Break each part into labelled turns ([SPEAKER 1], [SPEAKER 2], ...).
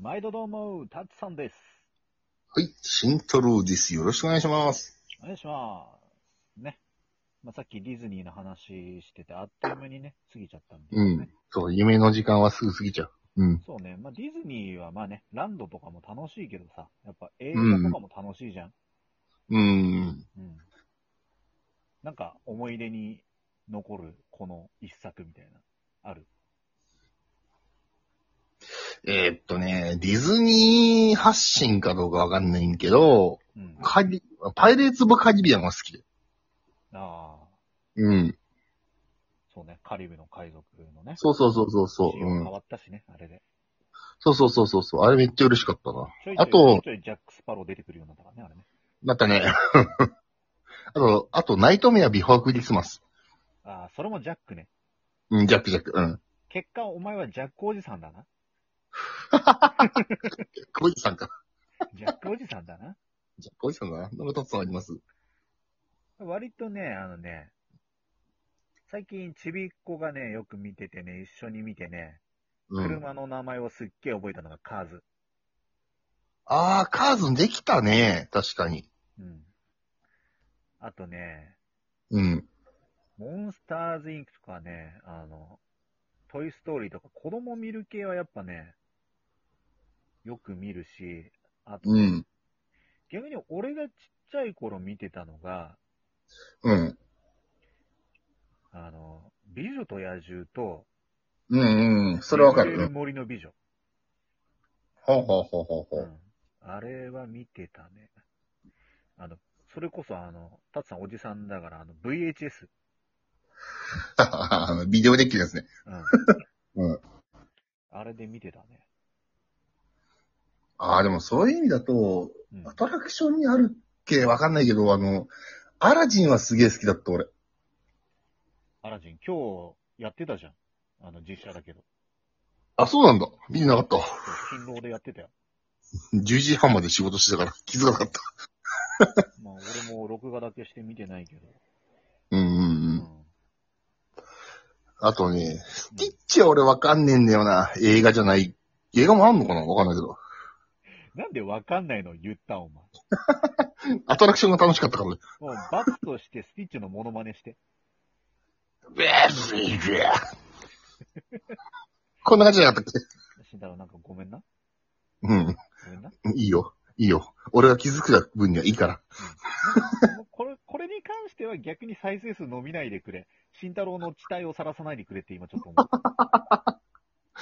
[SPEAKER 1] 毎度どうも、タッツさんです。
[SPEAKER 2] はい、慎太郎です。よろしくお願いします。
[SPEAKER 1] お願いします。ね。まあ、さっきディズニーの話してて、あっという間にね、過ぎちゃったんで、ね。
[SPEAKER 2] うん。そう、夢の時間はすぐ過ぎちゃう。うん。
[SPEAKER 1] そうね。まあ、ディズニーはまあね、ランドとかも楽しいけどさ、やっぱ映画とかも楽しいじゃん。
[SPEAKER 2] うん。
[SPEAKER 1] うん。なんか、思い出に残る、この一作みたいな、ある。
[SPEAKER 2] えーっとね、ディズニー発信かどうかわかんないんけど、
[SPEAKER 1] うん。あ
[SPEAKER 2] カリ、パイレーツ・オブ・カリビアンが好きで。
[SPEAKER 1] あ
[SPEAKER 2] うん。
[SPEAKER 1] ー、そうね。カリブの海賊のね。
[SPEAKER 2] そうそうそうそうそう。
[SPEAKER 1] シーン
[SPEAKER 2] う
[SPEAKER 1] は変
[SPEAKER 2] ん。
[SPEAKER 1] わったしね、あれで。
[SPEAKER 2] そうそうそうそうそう。あれめっちゃ嬉しかったな。
[SPEAKER 1] ちょいちょい
[SPEAKER 2] あと
[SPEAKER 1] ちょいちょいジャック・スパロー出てくるようになったからね、あれね。
[SPEAKER 2] またね。 あと、あと、ナイトメア・ビフォー・クリスマス。
[SPEAKER 1] ああ、それもジャックね。
[SPEAKER 2] うん、ジャックジャック。うん。
[SPEAKER 1] 結果、お前はジャックおじさんだな。
[SPEAKER 2] 小石さんか。
[SPEAKER 1] ジャックおじさんだな。
[SPEAKER 2] ジャックおじさんだな。なんかたくさんあります。
[SPEAKER 1] 割とね、あのね、最近、ちびっ子がね、よく見ててね、一緒に見てね、
[SPEAKER 2] うん。
[SPEAKER 1] 車の名前をすっげえ覚えたのがカーズ。
[SPEAKER 2] あー、カーズンできたね。確かに。
[SPEAKER 1] うん。あとね、
[SPEAKER 2] うん。
[SPEAKER 1] モンスターズインクとかね、あの、トイストーリーとか、子供見る系はやっぱね、よく見るし、あと、
[SPEAKER 2] うん。
[SPEAKER 1] 逆に俺がちっちゃい頃見てたのが、
[SPEAKER 2] うん。
[SPEAKER 1] あの、美女と野獣と、
[SPEAKER 2] うんうん。それわか
[SPEAKER 1] 眠
[SPEAKER 2] る。
[SPEAKER 1] 森の美女。
[SPEAKER 2] ほうほうほうほうほ
[SPEAKER 1] う
[SPEAKER 2] う。
[SPEAKER 1] ん。あれは見てたね。あの、それこそあの、タツさんおじさんだから、あの、VHS。
[SPEAKER 2] あのビデオデッキですね。
[SPEAKER 1] うん。
[SPEAKER 2] うん。
[SPEAKER 1] あれで見てたね。
[SPEAKER 2] ああ、でもそういう意味だと、
[SPEAKER 1] うん
[SPEAKER 2] ア。トラクションにあるっけわかんないけど、あの、アラジンはすげえ好きだった、俺。
[SPEAKER 1] アラジン、今日やってたじゃん。あの、実写だけど。
[SPEAKER 2] あ、そうなんだ。見てなかっ
[SPEAKER 1] そ
[SPEAKER 2] た。
[SPEAKER 1] う勤労でやってたよ。
[SPEAKER 2] 10時半まで仕事してたから気づかなかった。
[SPEAKER 1] まあ、俺も録画だけして見てないけど。
[SPEAKER 2] うんうん
[SPEAKER 1] う
[SPEAKER 2] うん。。あとね、スティッチは俺わかんねえんだよな。映画じゃない。映画もあんのかなわかんないけど。
[SPEAKER 1] なんでわかんないの言った、お前。
[SPEAKER 2] アトラクションが楽しかったからね。
[SPEAKER 1] もう、バツとしてスティッチのモノマネして。
[SPEAKER 2] ベービーベーこんな感じじゃなかったっけ
[SPEAKER 1] 死んだらなんかごめんな。
[SPEAKER 2] うん。
[SPEAKER 1] ごめんな。
[SPEAKER 2] いいよ。いいよ。俺が気づく分にはいいから。
[SPEAKER 1] もうこれ、これに関しては逆に再生数伸びないでくれ。慎太郎の地帯を晒さないでくれって今ちょっと思う。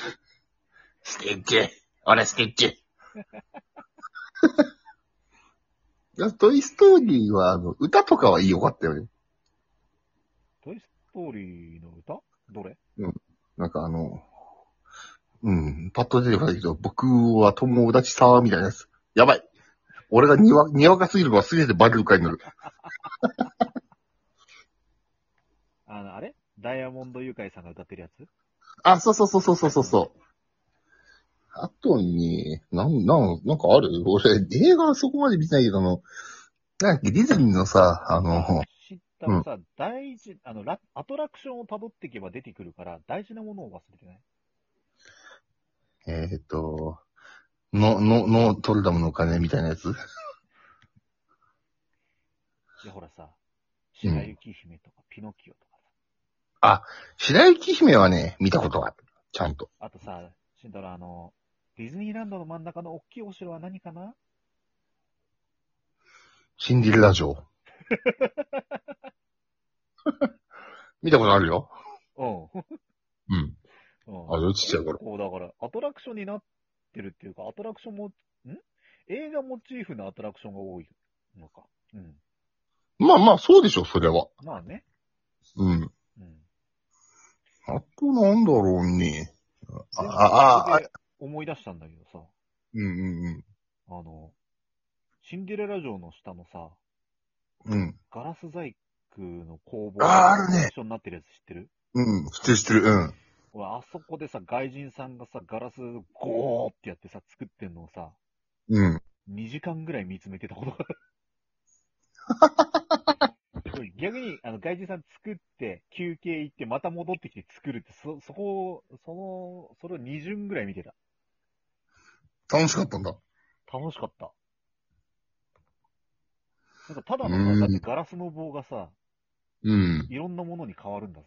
[SPEAKER 2] スティッチ俺スティッチ トイストーリーは、あの、歌とかはいいよかったよね。
[SPEAKER 1] トイストーリーの歌どれ
[SPEAKER 2] なんかあの、うん、パッと出てこないけど、僕は友達さ、みたいなやつ。やばい。俺がにわ、にわかすぎるのはすべてバレる回になる。
[SPEAKER 1] あの、あれダイヤモンドユカイさんが歌ってるやつ
[SPEAKER 2] あ、そうそうそうそうそうそうそう。あとに、なん、なん、なんかある 俺、映画はそこまで見てないけど、あの、なんかディズニーのさ、あの、
[SPEAKER 1] 知ったらさ、大事、あのラ、アトラクションを辿っていけば出てくるから、大事なものを忘れてない。
[SPEAKER 2] えっ、と、の、の、の、トルダムの鐘みたいなやつ
[SPEAKER 1] で、ほらさ、白雪姫とかピノキオとか
[SPEAKER 2] 白雪姫はね、見たことがある。ちゃんと。
[SPEAKER 1] さ、あとさ、慎太郎あの、ディズニーランドの真ん中の大きいお城は何かな
[SPEAKER 2] シンデレラ城。 見たことあるよ。
[SPEAKER 1] うん。
[SPEAKER 2] うん。
[SPEAKER 1] うん
[SPEAKER 2] あ、ちっちゃい頃。
[SPEAKER 1] こうだから、アトラクションになってるっていうか、アトラクションも、ん映画モチーフのアトラクションが多いのか。うん。
[SPEAKER 2] まあまあ、そうでしょ、それは。
[SPEAKER 1] まあね。
[SPEAKER 2] うん。
[SPEAKER 1] うん。
[SPEAKER 2] あとなんだろうね。あ、
[SPEAKER 1] でも
[SPEAKER 2] あ、あ、
[SPEAKER 1] それで思い出したんだけどさ、
[SPEAKER 2] うんうん
[SPEAKER 1] あの、シンデレラ城の下のさ、
[SPEAKER 2] うん。うん。
[SPEAKER 1] ガラス細工の工房
[SPEAKER 2] あーあるね
[SPEAKER 1] 一緒になってるやつ知ってる
[SPEAKER 2] うん、知ってる知ってる。うん。
[SPEAKER 1] 俺、あそこでさ、外人さんがさ、ガラスゴーってやってさ、作ってんのをさ、
[SPEAKER 2] うん。
[SPEAKER 1] 2時間ぐらい見つめてたことがある。逆に、あの、外人さん作って、休憩行って、また戻ってきて作るって、そ、そこを、その、それを2巡ぐらい見てた。
[SPEAKER 2] 楽しかったんだ。
[SPEAKER 1] 楽しかった。なんかただの
[SPEAKER 2] うん
[SPEAKER 1] さ、だってガラスの棒がさ、
[SPEAKER 2] うん。
[SPEAKER 1] いろんなものに変わるんだぜ。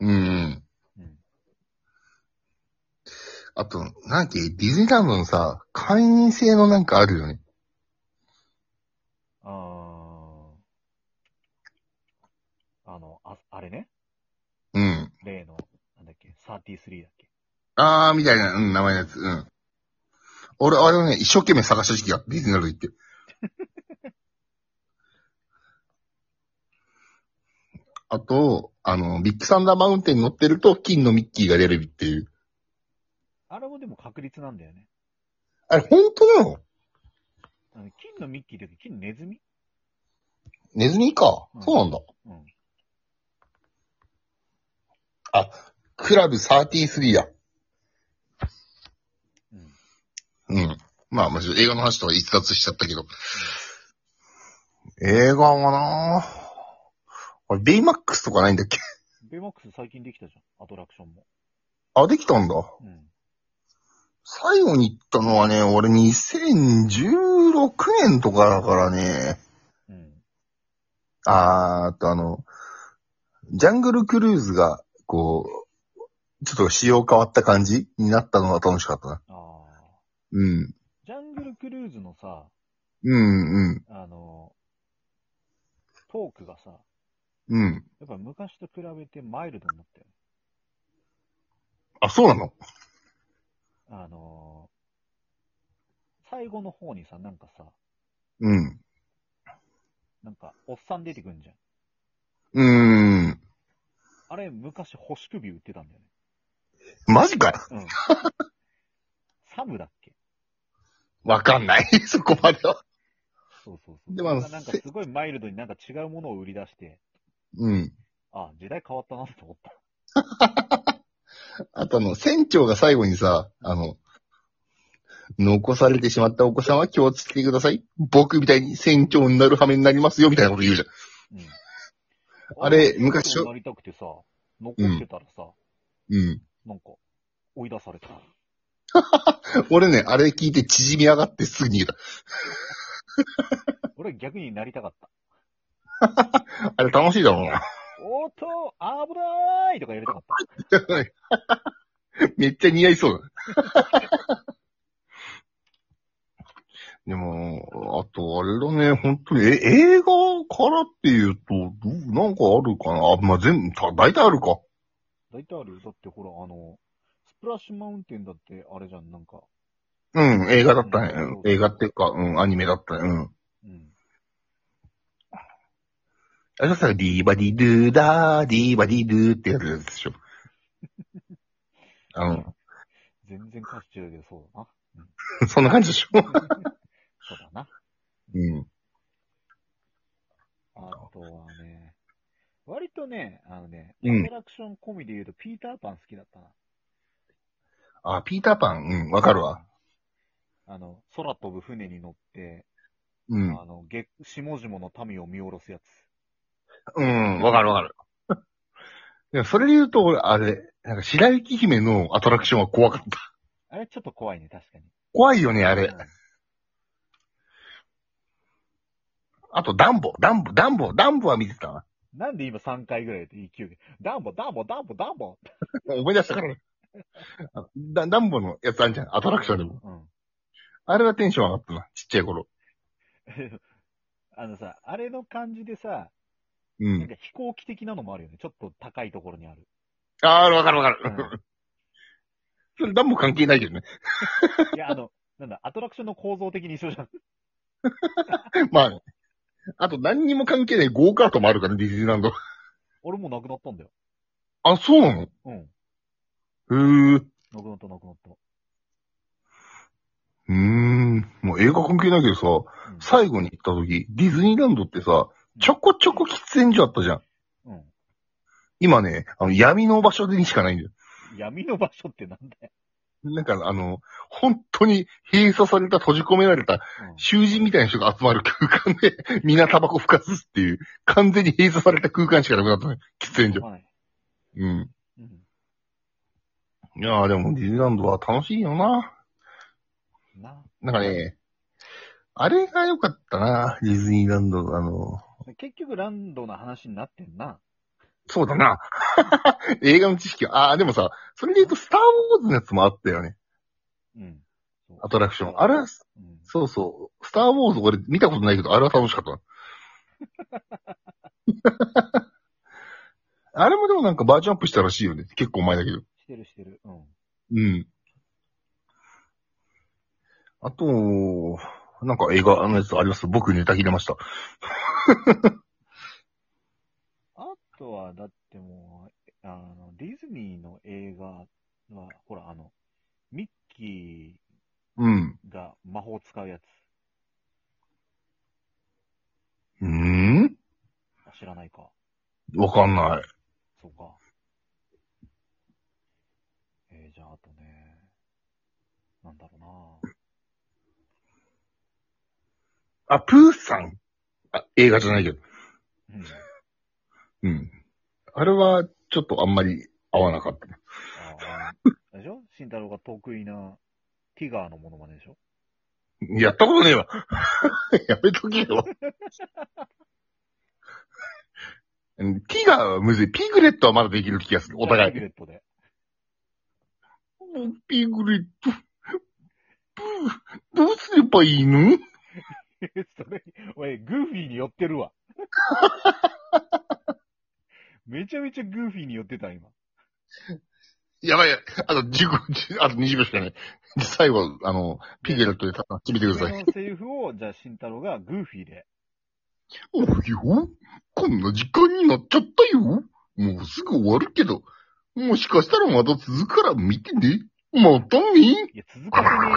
[SPEAKER 2] うんうん。
[SPEAKER 1] うん。
[SPEAKER 2] あと、なんだっけ、ディズニーランドのさ、会員制のなんかあるよね。
[SPEAKER 1] あー。あの、あ、あれね。
[SPEAKER 2] うん。
[SPEAKER 1] 例の、なんだっけ、33だっけ。
[SPEAKER 2] あー、みたいな、うん、名前のやつ。うん。俺、あれをね、一生懸命探した時期があってディズニーランド行って。 あと、あの、ビッグサンダーマウンテンに乗ってると、金のミッキーが出るっていう。
[SPEAKER 1] あれもでも確率なんだよね。
[SPEAKER 2] あれ、本当なの
[SPEAKER 1] あの金のミッキーだけど、金ネズミ
[SPEAKER 2] ネズミか
[SPEAKER 1] う。ん
[SPEAKER 2] そうなんだ。
[SPEAKER 1] うん。
[SPEAKER 2] クラブ33だ。
[SPEAKER 1] うん。
[SPEAKER 2] うん。まあ、まあ、映画の話とは逸脱しちゃったけど。映画はなぁ。あれ、ベイマックスとかないんだっけ
[SPEAKER 1] ベイマックス最近できたじゃん、アトラクションも。
[SPEAKER 2] あ、できたんだ。
[SPEAKER 1] うん。
[SPEAKER 2] 最後に行ったのはね、俺2016年とかだからね。
[SPEAKER 1] うん。
[SPEAKER 2] あーあとあの、ジャングルクルーズが、こう、ちょっと仕様変わった感じになったのが楽しかったな。
[SPEAKER 1] ああ。
[SPEAKER 2] うん。
[SPEAKER 1] ジャングルクルーズのさ、
[SPEAKER 2] うん、うん、
[SPEAKER 1] あの、トークがさ、
[SPEAKER 2] うん。
[SPEAKER 1] やっぱ昔と比べてマイルドになったよね。
[SPEAKER 2] あ、そうなの
[SPEAKER 1] あの、最後の方にさ、なんかさ、
[SPEAKER 2] うん。
[SPEAKER 1] なんか、おっさん出てくんじゃん。
[SPEAKER 2] うーん。
[SPEAKER 1] あれ、昔、星首売ってたんだよね。
[SPEAKER 2] マジか
[SPEAKER 1] うん。 サムだっけ
[SPEAKER 2] わかんない。 そこまでは。
[SPEAKER 1] そうそうそう。
[SPEAKER 2] でもあの
[SPEAKER 1] なんか、すごいマイルドになんか違うものを売り出して、
[SPEAKER 2] うん。
[SPEAKER 1] あ、時代変わったなって思った。
[SPEAKER 2] あとあの、船長が最後にさ、あの、残されてしまったお子さんは気をつけてください。僕みたいに船長になる羽目になりますよ、みたいなこと言うじゃん。
[SPEAKER 1] うん。
[SPEAKER 2] あれ昔
[SPEAKER 1] なりたくてさ、残ってたらさ、
[SPEAKER 2] うん。
[SPEAKER 1] なんか、追い出 された。
[SPEAKER 2] 俺ね、あれ聞いて縮み上がってすぐ逃げた。
[SPEAKER 1] 俺逆になりたかった。
[SPEAKER 2] あれ楽しいだろうな。
[SPEAKER 1] おっと、危ないとかやりたかった。
[SPEAKER 2] めっちゃ似合いそうだ。でも、あと、あれだね、本当に、え、映画からっていうと、どうなんかあるかなあ、まあ、全部、た大体あるか。
[SPEAKER 1] 大体あるよ。だってほら、あの、スプラッシュマウンテンだってあれじゃん、なんか。
[SPEAKER 2] うん、映画だったね。
[SPEAKER 1] うん
[SPEAKER 2] 映画っていうか、うん、アニメだったね。うん。
[SPEAKER 1] うん。
[SPEAKER 2] あれだったら、ディーバディドゥーダー、ディーバディドゥーってやるやつでしょ。あの、
[SPEAKER 1] 全然歌詞違うけど、そうだな。
[SPEAKER 2] そんな感じでしょ。
[SPEAKER 1] そうだな。
[SPEAKER 2] うん。
[SPEAKER 1] あとはね、割とね、あのね、ア
[SPEAKER 2] うん
[SPEAKER 1] トラクション込みで言うと、ピーターパン好きだったな。
[SPEAKER 2] あ、ピーターパン、うん、わかるわ。
[SPEAKER 1] あの、空飛ぶ船に乗って、
[SPEAKER 2] うん。
[SPEAKER 1] あの、げ下々の民を見下ろすやつ。
[SPEAKER 2] うん、わかるわかる。いや、それで言うと、俺、あれ、なんか白雪姫のアトラクションは怖かった。
[SPEAKER 1] あれちょっと怖いね、確かに。
[SPEAKER 2] 怖いよね、あれ
[SPEAKER 1] うん。
[SPEAKER 2] あと、ダンボ、ダンボ、ダンボ、ダンボは見てたな。
[SPEAKER 1] なんで今3回ぐらいで勢いで、ダンボ、ダンボ、ダンボ、ダンボ
[SPEAKER 2] 思い出したからね。あダダンボのやつあるじゃん、アトラクションでも。
[SPEAKER 1] うん。
[SPEAKER 2] あれはテンション上がったな、ちっちゃい頃。
[SPEAKER 1] あのさ、あれの感じでさ、
[SPEAKER 2] う
[SPEAKER 1] なん
[SPEAKER 2] ん。
[SPEAKER 1] か飛行機的なのもあるよね。ちょっと高いところにある。
[SPEAKER 2] ああ、わかるわか
[SPEAKER 1] う
[SPEAKER 2] る。それダンボ関係ないけどね。
[SPEAKER 1] いや、あの、なんだ、アトラクションの構造的に一緒じゃん。
[SPEAKER 2] まあ、あと何にも関係ないゴーカートもあるから、ディズニーランド。
[SPEAKER 1] 俺もうなくなったんだよ。
[SPEAKER 2] あ、そうなの
[SPEAKER 1] うん。
[SPEAKER 2] へえ。
[SPEAKER 1] なくなった、なくなった。
[SPEAKER 2] うーん。もう映画関係ないけどさ、
[SPEAKER 1] うん、
[SPEAKER 2] 最後に行った時、ディズニーランドってさ、ちょこちょこ喫煙所あったじゃん。
[SPEAKER 1] うん。
[SPEAKER 2] 今ね、あの、闇の場所でにしかないんだよ。
[SPEAKER 1] 闇の場所ってなんだよ。
[SPEAKER 2] なんか、あの、本当に閉鎖された、閉じ込められた、
[SPEAKER 1] うん
[SPEAKER 2] 囚人みたいな人が集まる空間で、 皆タバコ吹かすっていう、完全に閉鎖された空間しかなくなったね。喫煙所。
[SPEAKER 1] はい。
[SPEAKER 2] うん。
[SPEAKER 1] うん。
[SPEAKER 2] いやーでもディズニーランドは楽しいよな。
[SPEAKER 1] な。
[SPEAKER 2] なんかね、あれが良かったな、ディズニーランドのあの、
[SPEAKER 1] 結局ランドの話になってんな。
[SPEAKER 2] そうだな。 映画の知識は。ああ、でもさ、それで言うと、スターウォーズのやつもあったよね。
[SPEAKER 1] うん。そう
[SPEAKER 2] アトラクション。あれは、
[SPEAKER 1] うん
[SPEAKER 2] そうそう。スターウォーズ俺見たことないけど、あれは楽しかったな。 あれもでもなんかバージョンアップしたらしいよね。結構前だけど。
[SPEAKER 1] してるしてる。うん。
[SPEAKER 2] うん。あと、なんか映画のやつあります僕ネタ切れました。
[SPEAKER 1] あとは、だってもう、あの、ディズニーの映画は、ほら、あの、ミッキ
[SPEAKER 2] うん。
[SPEAKER 1] ーが魔法使うやつ。
[SPEAKER 2] うーん
[SPEAKER 1] あ知らないか。
[SPEAKER 2] わかんない。
[SPEAKER 1] そうか。えー、じゃあ、あとね、なんだろうな。
[SPEAKER 2] あ、プーさん。あ、映画じゃないけど。
[SPEAKER 1] うん。
[SPEAKER 2] うん。あれは、ちょっとあんまり合わなかったね。
[SPEAKER 1] ああ、でしょ慎太郎が得意なティガーのものまねでしょ
[SPEAKER 2] やったことねえわ。 やめとけよ。うんティガーはむずい。ピグレットはまだできる気がする。お互い
[SPEAKER 1] シー。クレットで。
[SPEAKER 2] ピグレット。どうすればいいの
[SPEAKER 1] それ、おい、グーフィーに寄ってる わ。めちゃめちゃグーフィーに寄ってた、今。
[SPEAKER 2] やばい。あと10秒、10あと20秒しかない。最後、あの、ピグレットでた決めてくだ
[SPEAKER 1] そ
[SPEAKER 2] さい。
[SPEAKER 1] のセリフを、じゃあ、慎太郎がグーフィーで。
[SPEAKER 2] およ、こんな時間になっちゃったよ。もうすぐ終わるけど、もしかしたらまた続くから見てね。またね。
[SPEAKER 1] いや、続かせねえよ